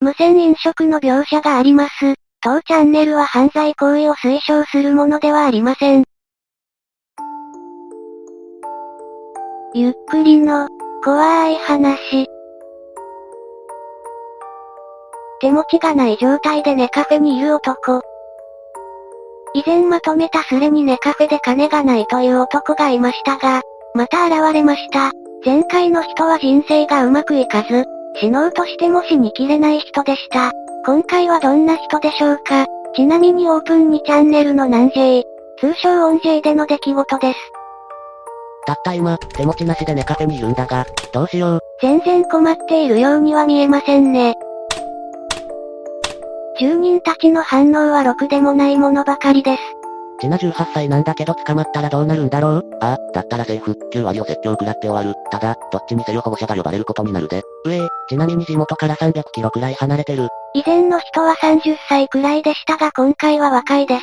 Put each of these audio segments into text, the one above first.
無線飲食の描写があります。当チャンネルは犯罪行為を推奨するものではありません。ゆっくりの、怖い話。手持ちがない状態でネカフェにいる男。以前まとめたスレにネカフェで金がないという男がいましたが、また現れました。前回の人は人生がうまくいかず、死のうとしても死にきれない人でした。今回はどんな人でしょうかちなみにオープン2チャンネルの南 J、通称オン J での出来事です。たった今、手持ちなしでネカフェにいるんだが、どうしよう。全然困っているようには見えませんね。住人たちの反応はろくでもないものばかりです。ちな18歳なんだけど捕まったらどうなるんだろうああ、だったらセーフ。9割を説教食らって終わる。ただ、どっちにせよ保護者が呼ばれることになるで。うえー、ちなみに地元から300キロくらい離れてる。以前の人は30歳くらいでしたが今回は若いです。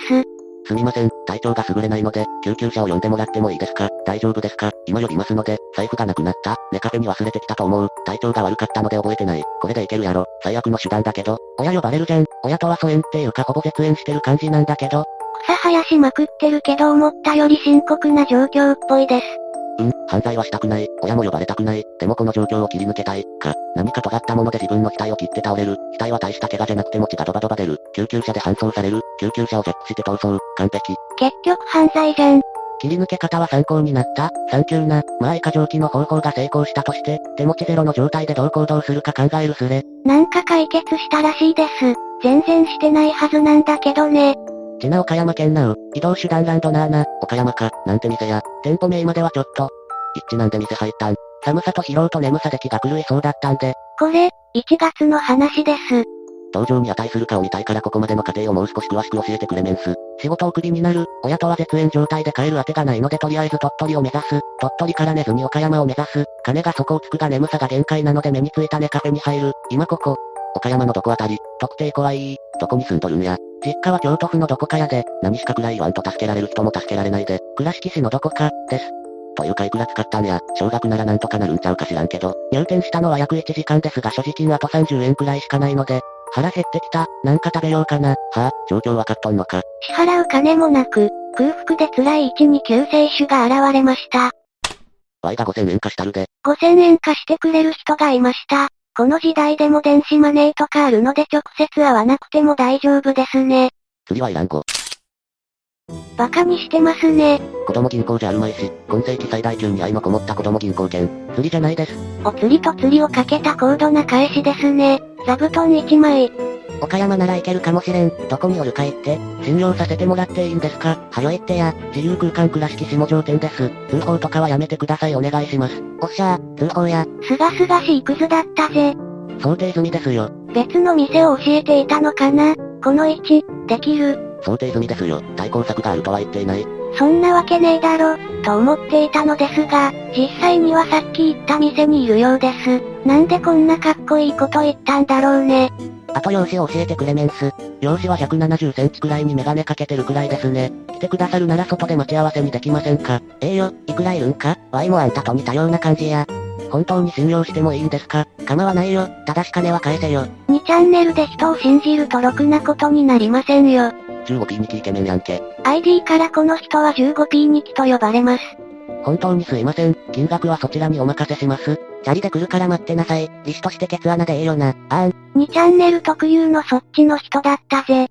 すみません、体調が優れないので、救急車を呼んでもらってもいいですか大丈夫ですか今呼びますので、財布がなくなった。ネカフェに忘れてきたと思う。体調が悪かったので覚えてない。これでいけるやろ。最悪の手段だけど、親呼ばれるじゃん。親とは疎遠っていうかほぼ絶縁してる感じなんだけど。草生やしまくってるけど思ったより深刻な状況っぽいです。うん、犯罪はしたくない。親も呼ばれたくない。でもこの状況を切り抜けたい。か、何か尖ったもので自分の額を切って倒れる。額は大した怪我じゃなくても血がドバドバ出る。救急車で搬送される。救急車をジャックして逃走。完璧。結局犯罪じゃん。切り抜け方は参考になった3級な、まあ以下上記の方法が成功したとして、手持ちゼロの状態でどう行動するか考えるすれ。なんか解決したらしいです。全然してないはずなんだけどね。ちな岡山県なう、移動手段ランドナーな、岡山か、なんて店や、店舗名まではちょっと。一致なんで店入ったん。寒さと疲労と眠さで気が狂いそうだったんで。これ、1月の話です。登場に値するかを見たいからここまでの過程をもう少し詳しく教えてくれメンス。仕事をクビになる、親とは絶縁状態で帰る当てがないのでとりあえず鳥取を目指す、鳥取から寝ずに岡山を目指す、金が底をつくが眠さが限界なので目についた寝カフェに入る、今ここ。岡山のどこあたり、特定怖いどこに住んどるんや。実家は京都府のどこかやで、何しかくらい言わんと助けられる人も助けられないで、倉敷市のどこか、です。というかいくら使ったんや、少額ならなんとかなるんちゃうか知らんけど、入店したのは約1時間ですが所持金あと30円くらいしかないので、腹減ってきた、なんか食べようかな、はあ、状況わかっとんのか。支払う金もなく、空腹で辛い位置に救世主が現れました。 Y が5000円貸したるで。 5000円貸してくれる人がいました。この時代でも電子マネーとかあるので直接会わなくても大丈夫ですね。次はいらんご。バカにしてますね。子供銀行じゃあるまいし、今世紀最大級に愛のこもった子供銀行券、釣りじゃないです。お釣りと釣りをかけた高度な返しですね。座布団1枚。岡山なら行けるかもしれん。どこにおるか行って、信用させてもらっていいんですかはよ行ってや、自由空間倉敷下条店です。通報とかはやめてくださいお願いします。おっしゃー、通報や。すがすがしいクズだったぜ。想定済みですよ。別の店を教えていたのかなこの位置、できる。想定済みですよ。対抗策があるとは言っていない。そんなわけねえだろ、と思っていたのですが、実際にはさっき言った店にいるようです。なんでこんなかっこいいこと言ったんだろうね。あと用紙を教えてくれメンス。用紙は170センチくらいにメガネかけてるくらいですね。来てくださるなら外で待ち合わせにできませんかええー、よ、いくらいるんか ?Y もあんたと似たような感じや。本当に信用してもいいんですか構わないよ。ただし金は返せよ。 2チャンネルで人を信じるとろくなことになりませんよ。 15P ニキイケメンやんけ。 ID からこの人は 15P ニキと呼ばれます。本当にすいません。金額はそちらにお任せします。チャリで来るから待ってなさい。利子としてケツ穴でええよな。あん。 2チャンネル特有のそっちの人だったぜ。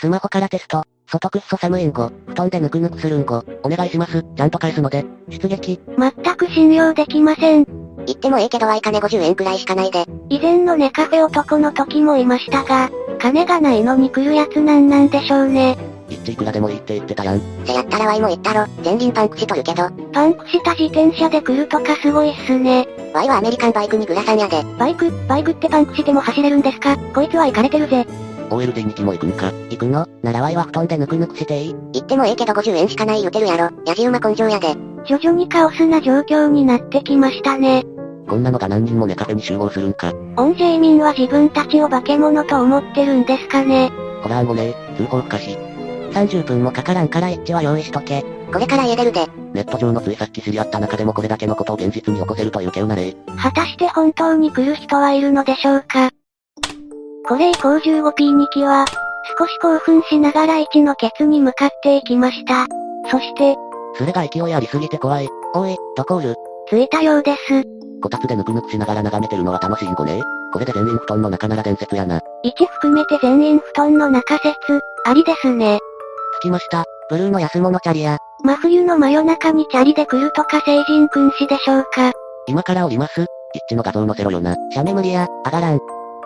スマホからテスト。外くっそ寒いんご。布団でぬくぬくするんご。お願いします。ちゃんと返すので。出撃。全く信用できません。言ってもええけどはい金50円くらいしかないで。以前のネカフェ男の時もいましたが、金がないのに来るやつなんなんでしょうね。言っていくらでもいいって言ってたやん。せやったらワイも言ったろ。前輪パンクしとるけど。パンクした自転車で来るとかすごいっすね。ワイはアメリカンバイクにグラサンやで。バイク、バイクってパンクしても走れるんですかこいつは行かれてるぜ。 OLD に気も行くんか行くのならワイは布団でぬくぬくしていい行ってもええけど50円しかない言うてるやろ。やじ馬根性やで。徐々にカオスな状況になってきましたね。こんなのが何人もネカフェに集合するんか。オンジェイミンは自分たちを化け物と思ってるんですかね。ホラーもね通報不可視。 30分もかからんからエッチは用意しとけ。これから家出るで。ネット上のついさっき知り合った中でもこれだけのことを現実に起こせるという稀有な例。果たして本当に来る人はいるのでしょうかこれ以降 15P 2機は、少し興奮しながら1のケツに向かっていきました。そして、スレが勢いありすぎて怖い。おい、どこおる着いたようです。こたつでぬくぬくしながら眺めてるのは楽しいんごねこれで全員布団の中なら伝説やな。 1含めて全員布団の中説、ありですね。着きました。ブルーの安物チャリや。真冬の真夜中にチャリで来るとか成人君子でしょうか。今から降ります。一致の画像載せろよな。シャメ無理や、上がらん。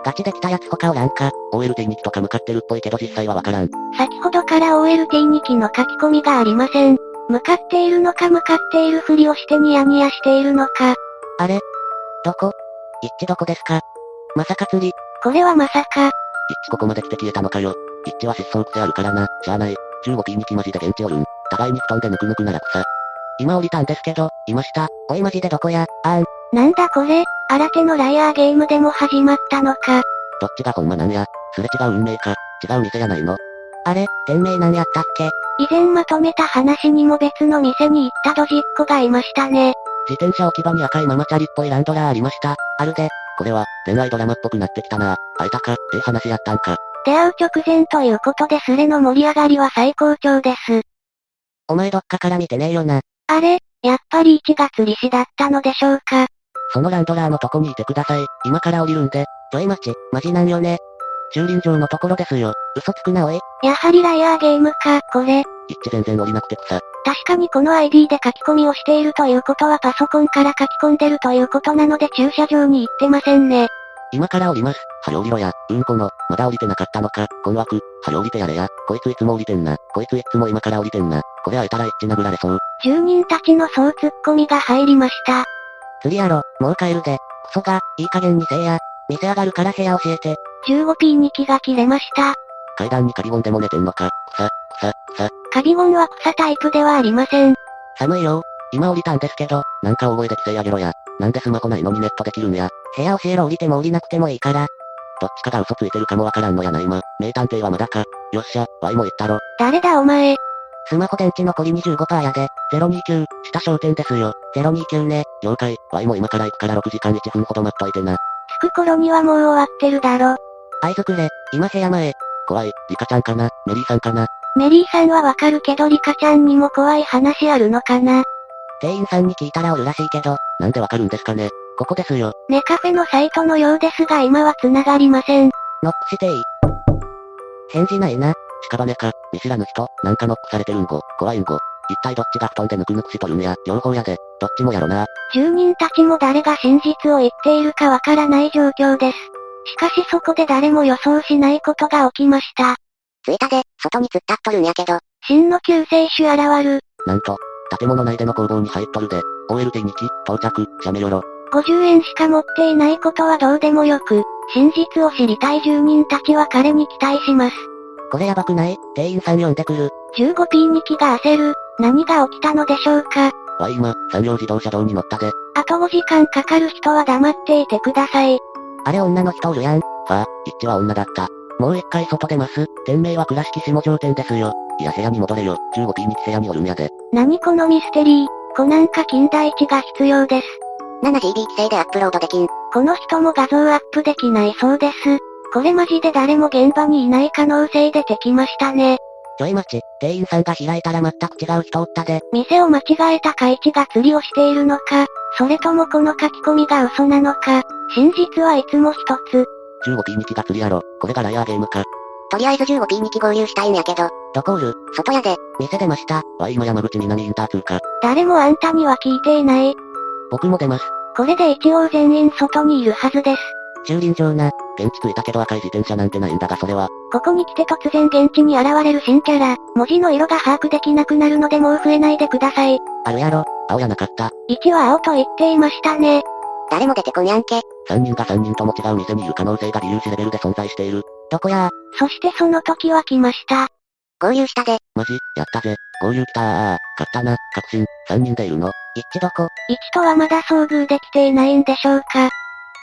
ガチで来たやつ他おらんか。OLT に機とか向かってるっぽいけど実際はわからん。先ほどから OLT2 機の書き込みがありません。向かっているのか向かっているふりをしてニヤニヤしているのか。どこ一致どこですかまさか釣り。これはまさか、一致ここまで来て消えたのかよ。一致は失踪癖あるからな。しゃあない。15P に気マジで現地おるん。互いに布団でぬくぬくなら草。今降りたんですけど、いました。おいマジでどこや、あん。なんだこれ、新手のライアーゲームでも始まったのか。どっちがほんまなんや。すれ違う運命か。違う店やないの。あれ、店名なんやったっけ以前まとめた話にも別の店に行ったドジっ子がいましたね。自転車置き場に赤いママチャリっぽいランドラーありました。あるで、これは、恋愛ドラマっぽくなってきたな。会えたか、って話やったんか。出会う直前ということでスレの盛り上がりは最高潮です。お前どっかから見てねえよな。あれ、やっぱり1月利子だったのでしょうか。そのランドラーのとこにいてください。今から降りるんで。ちょい待ち、マジなんよね。駐輪場のところですよ。嘘つくなおい。やはりライアーゲームか、これ。一致全然降りなくて草。確かにこの ID で書き込みをしているということはパソコンから書き込んでるということなので駐車場に行ってませんね。今から降ります。はよ降りろや。うんこの、まだ降りてなかったのか。困惑。はよ降りてやれや。こいついつも降りてんな。こいついつも今から降りてんな。これ会えたら一致殴られそう。住人たちの総突っ込みが入りました。釣りやろ、もう帰るで。クソが、いい加減にせえや。店上がるから部屋教えて。 15P に気が切れました。階段にカビゴンでも寝てんのか。草、草、草。カビゴンは草タイプではありません。寒いよ。今降りたんですけど、なんか大声で規制あげろや。なんでスマホないのにネットできるんや。部屋教えろ降りても降りなくてもいいから。どっちかが嘘ついてるかもわからんのやないま。名探偵はまだか。よっしゃ、ワイも言ったろ。誰だお前。スマホ電池残り25%やで。 029、下商店ですよ。 029ね。了解、ワイも今から行くから6時間1分ほど待っといてな。着く頃にはもう終わってるだろ。合図くれ。今部屋前。怖い、リカちゃんかな、メリーさんかな。メリーさんはわかるけどリカちゃんにも怖い話あるのかな。店員さんに聞いたらおるらしいけど。なんでわかるんですかね。ここですよ。ネカフェのサイトのようですが今は繋がりません。ノックしていい返事ないな。屍か、見知らぬ人、なんかノックされてるんご、怖いんご。一体どっちが布団でぬくぬくしとるんや、両方やで、どっちもやろな。住人たちも誰が真実を言っているかわからない状況です。しかしそこで誰も予想しないことが起きました。着いたで、外に突っ立っとるんやけど。真の救世主現る。なんと、建物内での工房に入っとるで、OLT2 機、到着、シャメよろ。 50円しか持っていないことはどうでもよく、真実を知りたい住人たちは彼に期待します。これやばくない店員さん呼んでくる。 15P に気が焦る。何が起きたのでしょうか。ワイ今、山陽自動車道に乗ったで、あと5時間かかる人は黙っていてください。あれ女の人おるやん。はあ、一致は女だった。もう一回外出ます。店名は倉敷下城店ですよ。いや部屋に戻れよ、15P に部屋におるんやで。何このミステリー。コナンか金田一が必要です。 7GB 規制でアップロードできん。この人も画像アップできないそうです。これマジで誰も現場にいない可能性出てきましたね。ちょい待ち。店員さんが開いたら全く違う人おったで。店を間違えた会一が釣りをしているのか、それともこの書き込みが嘘なのか、真実はいつも一つ。 15P に気が釣りやろ、これがライアーゲームか。とりあえず 15P に合流したいんやけど。どこおる外やで。店出ました。ワイ今山口南インター通過。誰もあんたには聞いていない。僕も出ます。これで一応全員外にいるはずです。駐輪場な。現地着いたけど赤い自転車なんてないんだがそれは、ここに来て突然現地に現れる新キャラ、文字の色が把握できなくなるのでもう増えないでください。あるやろ。青やなかった。 1は青と言っていましたね。誰も出てこにゃんけ。 3人が3人とも違う店にいる可能性が理由レベルで存在している。どこやそしてその時は来ました。合流したで。マジ、やったぜ。合流来たーあーあー、勝ったな、確信、3人でいるの。一致どこ1とはまだ遭遇できていないんでしょうか。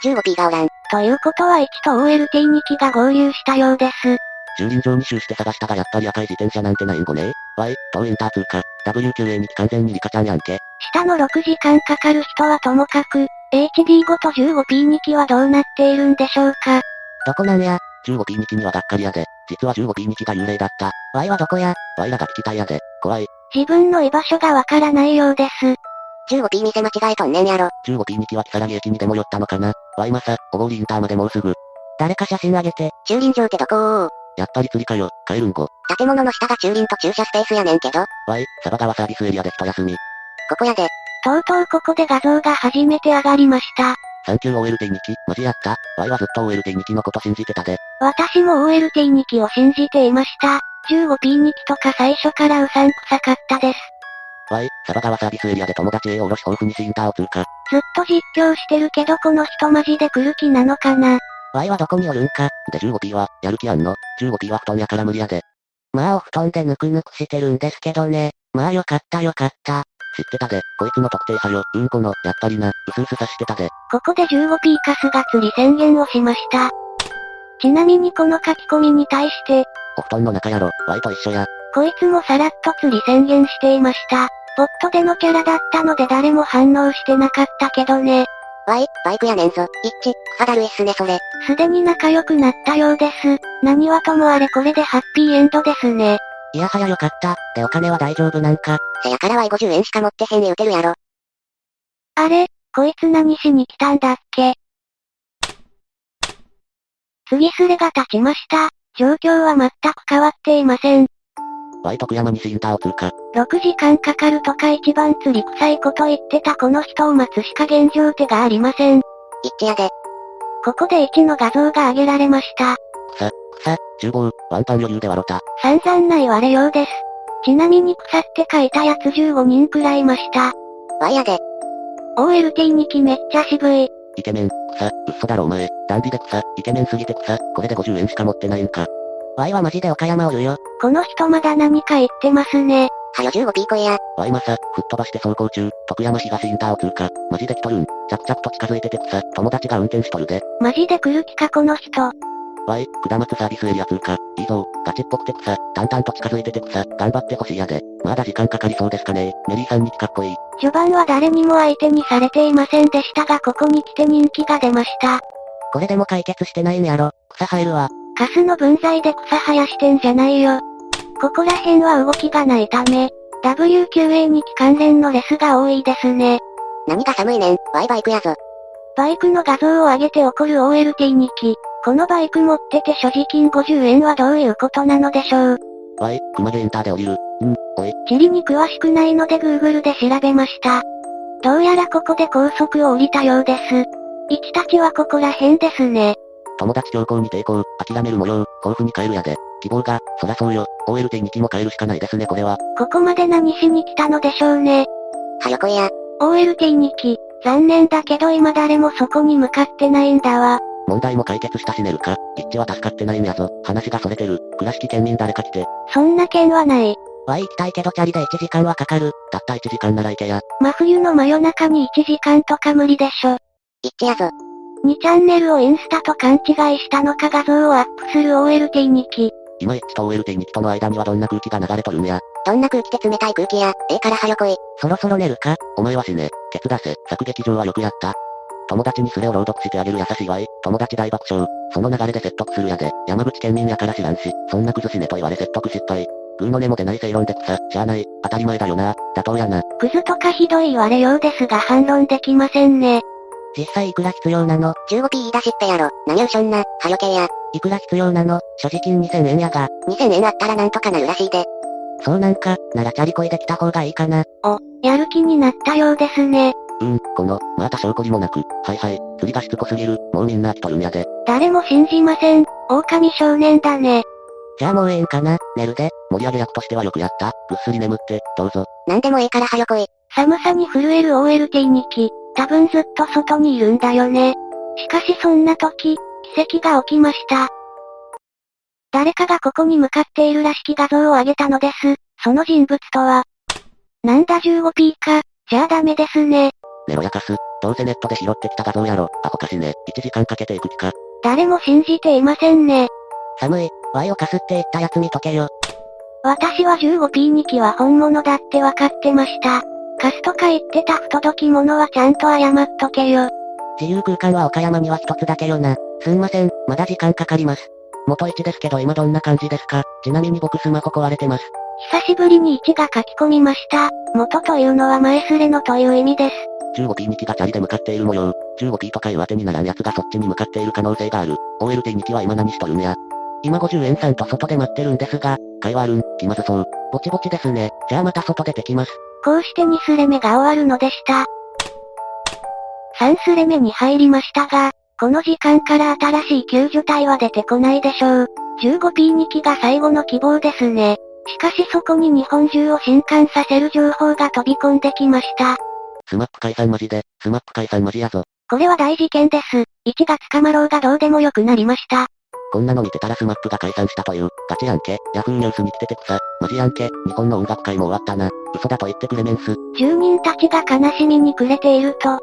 ?15P がおらん。ということは1と OLT2 機が合流したようです。駐輪場に周して探したがやっぱり赤い自転車なんてないんごねワイ、当インター通過。WQA に完全にリカちゃんやんけ。下の6時間かかる人はともかく、HD5 と 15P2 機はどうなっているんでしょうか。どこなんや 15P 日にはがっかりやで。実は 15P 日が幽霊だった。 Y はどこやワイらが聞きたいやで。怖い。自分の居場所がわからないようです。 ?15P 店間違えとんねんやろ。 15P 日は木更木駅にでも寄ったのかなワイまさ、小郡インターまでもうすぐ。誰か写真あげて。駐輪場ってどこやっぱり釣りかよ。帰るんご。建物の下が駐輪と駐車スペースやねんけど、こワイ、サバ川サービスエリアで一休み。こやで、とうとうここで画像が初めて上がりました。サンキュー OLT2 期、マジやった。ワイはずっと OLT2 期のこと信じてたで。私も OLT2 期を信じていました。15P2 期とか最初からうさんくさかったです。ワイ、サバ川サービスエリアで友達へおろし豊富西インターを通過。ずっと実況してるけどこの人マジで来る気なのかな Y はどこにおるんか。で 15P は、やる気あんの ?15P は布団やから無理やで。まあお布団でぬくぬくしてるんですけどね。まあよかったよかった。知ってたで。こいつの特定派よ。うんこの、やっぱりな。うすうす察してたで。ここで 15P カスが釣り宣言をしました。ちなみにこの書き込みに対して、お布団の中やろ。ワイと一緒や。こいつもさらっと釣り宣言していました。ボットでのキャラだったので誰も反応してなかったけどね。わい、バイクやねんぞ、いっち、草だるいっすねそれ。すでに仲良くなったようです。何はともあれこれでハッピーエンドですね。いやはやよかった。でお金は大丈夫なんか。せやからわい50円しか持ってへん言うてるやろ。あれ、こいつ何しに来たんだっけ次スレが立ちました。状況は全く変わっていません。ワイ徳山西インターを通過。 6時間かかるとか一番釣り臭いこと言ってたこの人を待つしか現状手がありません。いっちやで、ここで1の画像が上げられました。 15、ワンパン余裕で笑った。散々な言われようです。ちなみに草って書いたやつ15人くらいいました。わいやで、 OLT2 期めっちゃ渋い。イケメン、草、嘘だろお前。ダンディで草、イケメンすぎて草、これで50円しか持ってないんか。 Y はマジで岡山おるよ。この人まだ何か言ってますね。はよ 15P 超えや、ワイマサ、吹っ飛ばして走行中、徳山東インターを通過。マジで来とるん。着々と近づいてて草、友達が運転しとるで。マジで来る気かこの人。ワイ、下松サービスエリア通過。いいぞ、ガチっぽくて草、淡々と近づいてて草、頑張ってほしいやで。まだ時間かかりそうですかね。メリーさんにかっこいい。序盤は誰にも相手にされていませんでしたがここに来て人気が出ました。これでも解決してないんやろ。草生えるわ。カスの分際で草生やしてんじゃないよ。ここら辺は動きがないため、WQA に期関連のレスが多いですね。何が寒いねん、わいバイクやぞ。バイクの画像を上げて起こる OLT2 期。このバイク持ってて所持金50円はどういうことなのでしょう。ワイ、熊毛インターで降りる。うん、おい、地理に詳しくないので Google で調べました。どうやらここで高速を降りたようです。一たちはここら辺ですね。友達強行に抵抗、諦める模様、豊富に帰るやで。希望が、そらそうよ。OLT2 期も帰るしかないですねこれは。ここまで何しに来たのでしょうね。はよ来いや、 OLT2 期。残念だけど今誰もそこに向かってないんだわ。問題も解決したし寝るか。一致は助かってないんやぞ。話がそれてる。倉敷県民誰か来て。そんな件はない。 Y 行きたいけどチャリで1時間はかかる。たった1時間なら行けや。真冬の真夜中に1時間とか無理でしょ。いっちやぞ、 2チャンネルをインスタと勘違いしたのか画像をアップする OLT2 期。今一致と OLT2 期との間にはどんな空気が流れとるんや。どんな空気で冷たい空気や、ええからはよ来い。そろそろ寝るかお前は死ね。ケツ出せ。作劇場はよくやった。友達にスレを朗読してあげる優しいわい。友達大爆笑。その流れで説得するやで。山口県民やから知らんし、そんな崩しねと言われ説得失敗。グーの根も出ない正論で草、しゃあない。当たり前だよな。妥当やな。クズとかひどい言われようですが反論できませんね。実際いくら必要なの 15P 言い出しっぺやろ、何うしょんな、はよけや。いくら必要なの所持金2000円やが。 2000円あったらなんとかなるらしいで、そうなんか、ならチャリこいできた方がいいかな。やる気になったようですね。うん、この、また証拠にもなく。はいはい。釣りがしつこすぎる。もうみんな飽きとるんやで。誰も信じません。狼少年だね。じゃあもうええんかな寝るで。盛り上げ役としてはよくやった。ぐっすり眠って、どうぞ。なんでもええからはよ来い。寒さに震える OLT2 期。多分ずっと外にいるんだよね。しかしそんな時、奇跡が起きました。誰かがここに向かっているらしき画像を上げたのです。その人物とは。なんだ 15P か。じゃあダメですね。寝ろやかす。どうせネットで拾ってきた画像やろ。アホかしね。1時間かけていく気か。誰も信じていませんね。寒い。Y を貸すって言ったやつ見とけよ。私は 15P2 期は本物だって分かってました。カスとか言ってた不届き者はちゃんと謝っとけよ。自由空間は岡山には一つだけよな。すんません、まだ時間かかります。元1ですけど今どんな感じですかちなみに僕スマホ壊れてます。久しぶりに1が書き込みました。元というのは前すれのという意味です。 15P に機がチャリで向かっている模様。15P とかいう当てにならん奴がそっちに向かっている可能性がある。OLT に機は今何しとるんや。今50円さんと外で待ってるんですが、会話あるん、気まずそう。ぼちぼちですね。じゃあまた外出てきます。こうして2スレ目が終わるのでした。3スレ目に入りましたが、この時間から新しい救助隊は出てこないでしょう。15P2 機が最後の希望ですね。しかしそこに日本中を震撼させる情報が飛び込んできました。スマップ解散マジで、スマップ解散マジやぞ。これは大事件です。1が捕まろうがどうでもよくなりました。こんなの見てたらスマップが解散したという、ガチやんけ、ヤフーニュースに来てて草、マジやんけ、日本の音楽界も終わったな、嘘だと言ってくれメンス。住民たちが悲しみに暮れていると、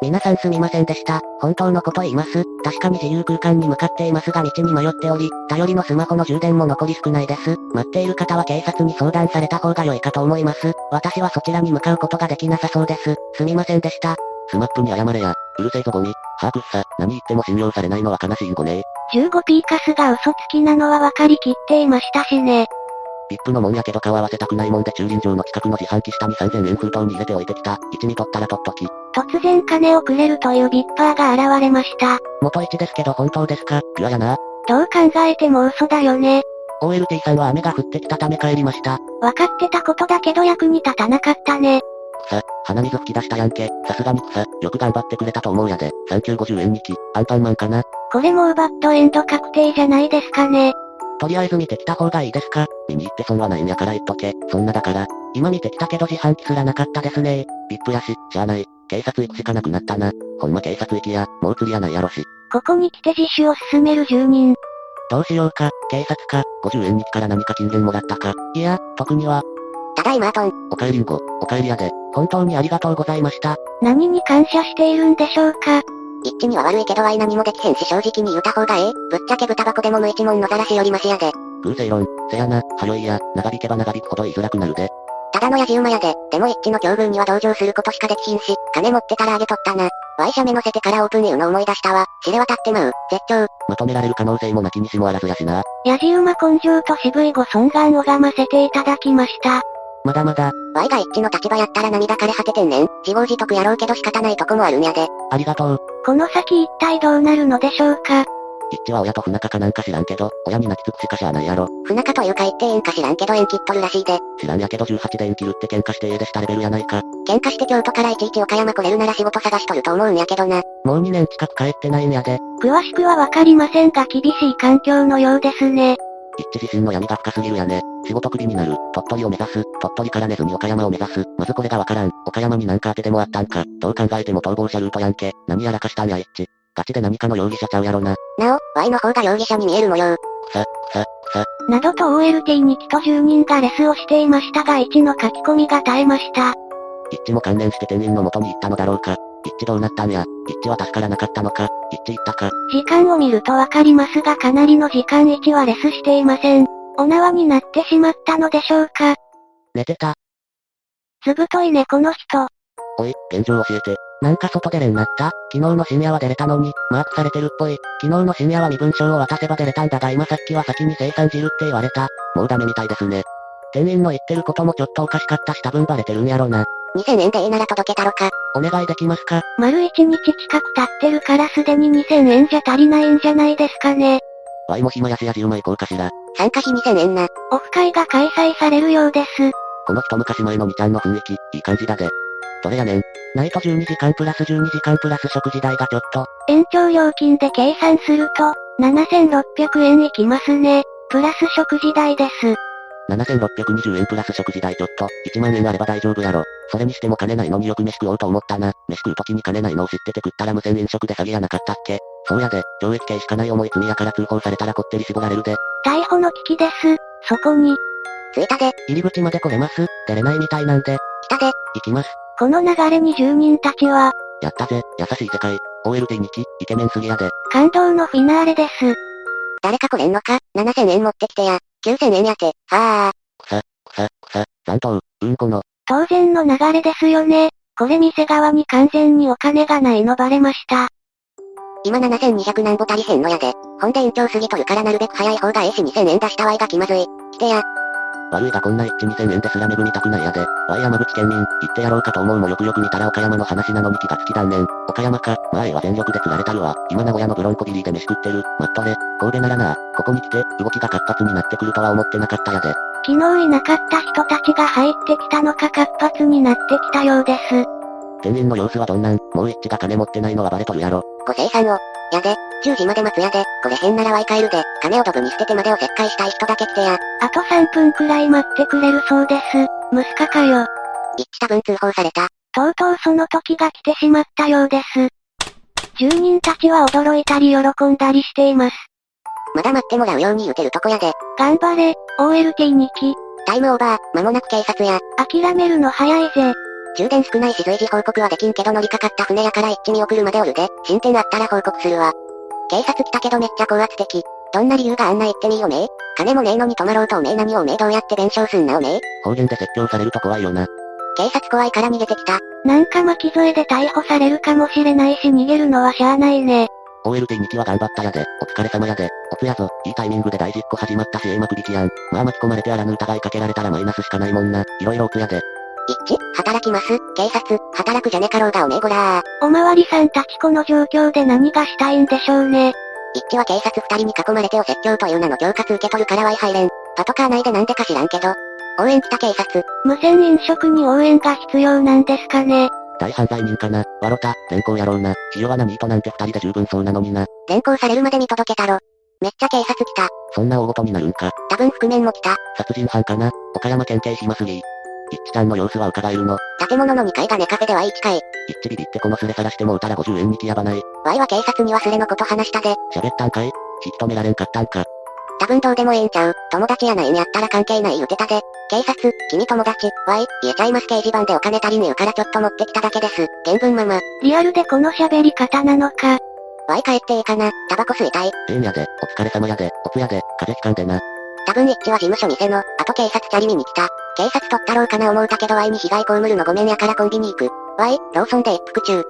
皆さんすみませんでした。本当のこと言います。確かに自由空間に向かっていますが道に迷っており、頼りのスマホの充電も残り少ないです。待っている方は警察に相談された方が良いかと思います。私はそちらに向かうことができなさそうです。すみませんでした。スマップに謝れや、うるせえぞゴミ、把握っさ、何言っても信用されないのは悲しいんごね 15P カスが嘘つきなのは分かりきっていましたしね。ビップのもんやけど顔合わせたくないもんで駐輪場の近くの自販機下に3000円封筒に入れておいてきた、1に取ったら取っとき。突然金をくれるというビッパーが現れました。元1ですけど本当ですか、ピュアやな。どう考えても嘘だよね。 OLT さんは雨が降ってきたため帰りました。分かってたことだけど役に立たなかったね。草、鼻水吹き出したやんけ、さすがに草、よく頑張ってくれたと思うやで、3950円にき、アンパンマンかな。これもうバッドエンド確定じゃないですかね。とりあえず見てきた方がいいですか見に行って損はないんやから言っとけ。そんなだから。今見てきたけど自販機すらなかったですねビップやし、しゃあない。警察行くしかなくなったな。ほんま警察行きや、もう釣りやないやろし。ここに来て自首を進める住人。どうしようか、警察か、50円にから何か金券もらったか。いや、特には、ただいまアトン、おかえりんご、おかえりやで。本当にありがとうございました。何に感謝しているんでしょうか。一気には悪いけどワイ何もできへんし正直に言うた方がええ。ぶっちゃけ豚箱でも無一文のざらしよりマシやで。偶然論、せやな、はよいや、長引けば長引くほど言いづらくなるで。ただのヤジ馬やで。でも一気の境遇には同情することしかできひんし、金持ってたらあげとったな。ワイシャメ乗せてからオープン言うの思い出したわ。知れ渡ってまう。絶頂。まとめられる可能性もなきにしもあらずやしな。ヤジ馬根性と渋いご尊願を拝ませていただきました。まだまだ、ワイが一気の立場やったら涙枯れ果ててんねん。自業自得やろうけど仕方ないとこもあるんやで。ありがとう。この先一体どうなるのでしょうか。一致は親と不仲かなんか知らんけど、親に泣きつくしかしゃあないやろ。不仲というか言ってええんか知らんけど縁切っとるらしいで。知らんやけど18で縁切るって喧嘩して家出したレベルやないか。喧嘩して京都からいちいち岡山来れるなら仕事探しとると思うんやけどな。もう2年近く帰ってないんやで。詳しくはわかりませんが厳しい環境のようですね。一致自身の闇が深すぎるやね。仕事クビになる。鳥取を目指す。鳥取から寝ずに岡山を目指す。まずこれがわからん。岡山になんか当てでもあったんか。どう考えても逃亡者ルートやんけ。何やらかしたんや一致。ガチで何かの容疑者ちゃうやろな。なお、ワイの方が容疑者に見える模様。草、草、草。などと OLT にきと住人がレスをしていましたが1の書き込みが絶えました。一致も関連して天人の元に行ったのだろうか。一致どうなったんや。一致は助からなかったのか。一致行ったか。時間を見るとわかりますがかなりの時間1はレスしていません。お縄になってしまったのでしょうか。寝てた。ずぶとい猫の人。おい、現状教えて。なんか外出れになった昨日の深夜は出れたのに、マークされてるっぽい。昨日の深夜は身分証を渡せば出れたんだが今さっきは先に生産汁って言われた。もうダメみたいですね。店員の言ってることもちょっとおかしかったし多分バレてるんやろな。 2000円でええなら届けたろか。お願いできますか丸1日近く経ってるからすでに2000円じゃ足りないんじゃないですかね。ワイも暇やしやじ馬行こうかしら。参加費2000円な。オフ会が開催されるようです。この一昔前のみちゃんの雰囲気、いい感じだぜ。どれやねん。ナイト12時間プラス12時間プラス食事代がちょっと。延長料金で計算すると、7600円いきますね。プラス食事代です。 7620円プラス食事代ちょっと、1万円あれば大丈夫やろ。それにしても金ないのによく飯食おうと思ったな。飯食う時に金ないのを知ってて食ったら無線飲食で詐欺やなかったっけそうやで、懲役刑しかない重い罪やから通報されたらこってり絞られるで。逮捕の危機です。そこに、着いたで、入り口まで来れます出れないみたいなんで。来たで、行きます。この流れに住人たちは、やったぜ、優しい世界。OLT にき、イケメンすぎやで。感動のフィナーレです。誰か来れんのか ?7000 円持ってきてや。9000円やて。はあ。草、草、残党、うんこの。当然の流れですよね。これ店側に完全にお金がないのバレました。今7200何ぼ足りへんのやで。ほんで延長過ぎとるからなるべく早い方がええし2000円出したわいが気まずい。来てや。悪いがこんな一気2000円ですら恵みたくないやで。わい山口県民、行ってやろうかと思うもよくよく見たら岡山の話なのに気がつき断念。岡山か、まあええわ全力で釣られたるわ。今名古屋のブロンコビリーで飯食ってる。待っとれ、神戸ならなあ、ここに来て、動きが活発になってくるとは思ってなかったやで。昨日いなかった人たちが入ってきたのか活発になってきたようです。店員の様子はどんなん、もう一致が金持ってないのはバレとるやろ。ご生産を。やで、10時まで待つやで、これ変ならわい帰るで、金をドブに捨ててまでを切開したい人だけ来てや。あと3分くらい待ってくれるそうです。ムスカかよ。一致多分通報された。とうとうその時が来てしまったようです。住人たちは驚いたり喜んだりしています。まだ待ってもらうように言うてるとこやで。頑張れ、OLT2 期。タイムオーバー、間もなく警察や。諦めるの早いぜ。充電少ないし随時報告はできんけど乗りかかった船やから一致見送るまでおるで、進展あったら報告するわ。警察来たけどめっちゃ高圧的。どんな理由があんな言ってみよめえ金もねえのに泊まろうとおめえ何をおめえどうやって弁償すんなおめえ方言で説教されると怖いよな。警察怖いから逃げてきた。なんか巻き添えで逮捕されるかもしれないし逃げるのはしゃあないね。 OLT2 期は頑張ったやで、お疲れ様やで、おつやぞ、いいタイミングで大実行始まったし、えまくりきやん。まあ巻き込まれてあらぬ疑いかけられたらマイナスしかないもんな、いろいろおつやで。一致働きます。警察、働くじゃねかろうがおめえごらー。おまわりさんたちこの状況で何がしたいんでしょうね。一致は警察二人に囲まれてお説教という名の恐喝受け取るからワイ入れん。パトカー内でなんでか知らんけど。応援来た警察。無線飲食に応援が必要なんですかね。大犯罪人かな、わろた、善行やろうな、ひ弱なニートなんて二人で十分そうなのにな。連行されるまで見届けたろ。めっちゃ警察来た。そんな大ごとになるんか、多分覆面も来た。殺人犯かな、岡山県警暇すぎ。いっちちゃんの様子は伺えるの、建物の2階がネカフェで Y1 階。いっちビビってこのスレさらしてもうたら50円に気やばない。 Y は警察に忘れのこと話したで、喋ったんかい引き止められんかったんか。多分どうでもええんちゃう。友達やないんやったら関係ない言うてたで。警察、君友達、Y、言えちゃいます掲示板でお金足りねえからちょっと持ってきただけです。原文ママ。リアルでこの喋り方なのか。 Y 帰っていいかな。タバコ吸いたい。ええんやで、お疲れ様やで、おつやで、風邪ひかんでな。多分一致は事務所店の、あと警察チャリ見に来た。警察取ったろうかな思うたけど Y に被害被るのごめんやからコンビニ行く。Y、ローソンで一服中。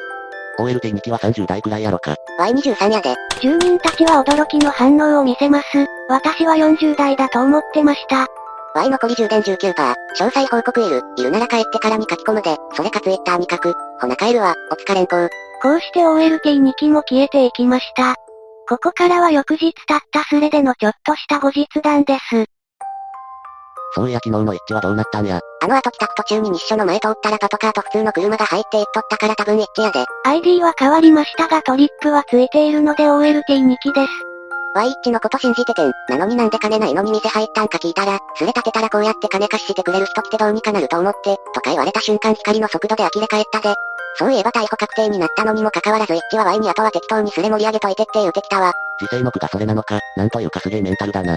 OLT2 期は30代くらいやろか。 Y23 やで。住民たちは驚きの反応を見せます。私は40代だと思ってました。 Y 残り充電19%。詳細報告いる。いるなら帰ってからに書き込むで。それか Twitter に書く。ほな帰るわ。お疲れんこう。こうして OLT2 期も消えていきました。ここからは翌日たったスレでのちょっとした後日談です。そういや昨日の一致はどうなったんや。あの後帰宅途中に日所の前通ったらパトカーと普通の車が入っていっとったから多分一致やで。 ID は変わりましたがトリップはついているので OLT2 期です。 Y 一のこと信じててん。なのになんで金ないのに店入ったんか聞いたら、すれ立てたらこうやって金貸ししてくれる人来てどうにかなると思って、とか言われた瞬間光の速度で呆れ返ったで。そういえば逮捕確定になったのにもかかわらず一致は Y に後は適当にすれ盛り上げといてって言うてきたわ。時勢の句がそれなのか、なんというかすげえメンタルだな。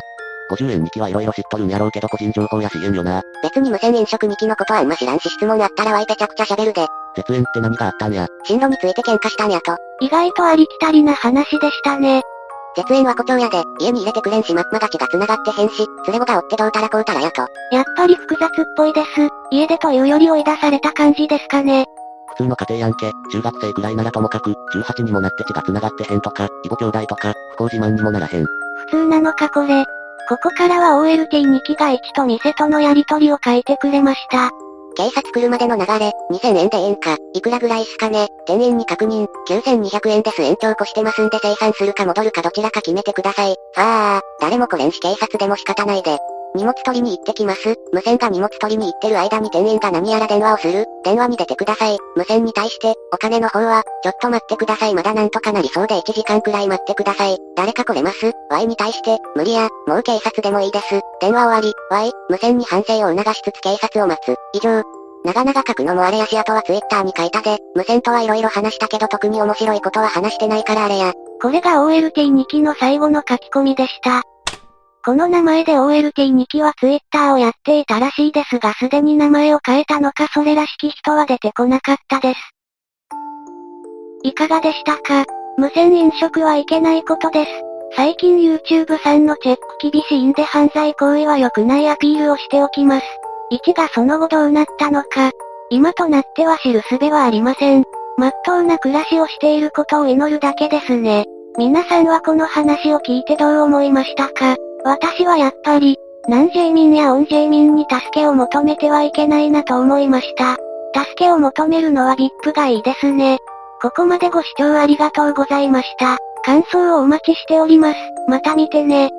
50円2期はいろいろ知っとるんやろうけど個人情報やしえんよな。別に無線飲食2期のことはあんま知らんし質問あったら Y ぺちゃくちゃ喋るで、絶縁って何があったんや。進路について喧嘩したんやと。意外とありきたりな話でしたね。絶縁は胡蝶やで、家に入れてくれんしま、まだ血が繋がってへんし、連れ子がおってどうたらこうたらやと。やっぱり複雑っぽいです。家出というより追い出された感じですかね。普通の家庭やんけ、中学生くらいならともかく、18にもなって血が繋がってへんとか、異母兄弟とか、不幸自慢にもならへん。普通なのかこれ。ここからは OLT2 期が1と店とのやりとりを書いてくれました。警察来るまでの流れ、2000円でええんか、いくらぐらいすかね、店員に確認、9200円です延長越してますんで生産するか戻るかどちらか決めてください。ああ、誰もこれんし警察でも仕方ないで。荷物取りに行ってきます。無線が荷物取りに行ってる間に店員が何やら電話をする。電話に出てください。無線に対して、お金の方は、ちょっと待ってください。まだなんとかなりそうで1時間くらい待ってください。誰か来れます ?Y に対して、無理や、もう警察でもいいです。電話終わり。Y、無線に反省を促しつつ警察を待つ。以上。長々書くのもあれやしあとはツイッターに書いたで、無線とは色々話したけど特に面白いことは話してないからあれや。これが OLT2 期の最後の書き込みでした。この名前で OLT2 期は Twitter をやっていたらしいですがすでに名前を変えたのかそれらしき人は出てこなかったです。いかがでしたか無線飲食はいけないことです。最近 YouTube さんのチェック厳しいんで犯罪行為は良くないアピールをしておきます。1がその後どうなったのか、今となっては知る術はありません。真っ当な暮らしをしていることを祈るだけですね。皆さんはこの話を聞いてどう思いましたか私はやっぱり、南ジェイミンやオンジェイミンに助けを求めてはいけないなと思いました。助けを求めるのは VIP がいいですね。ここまでご視聴ありがとうございました。感想をお待ちしております。また見てね。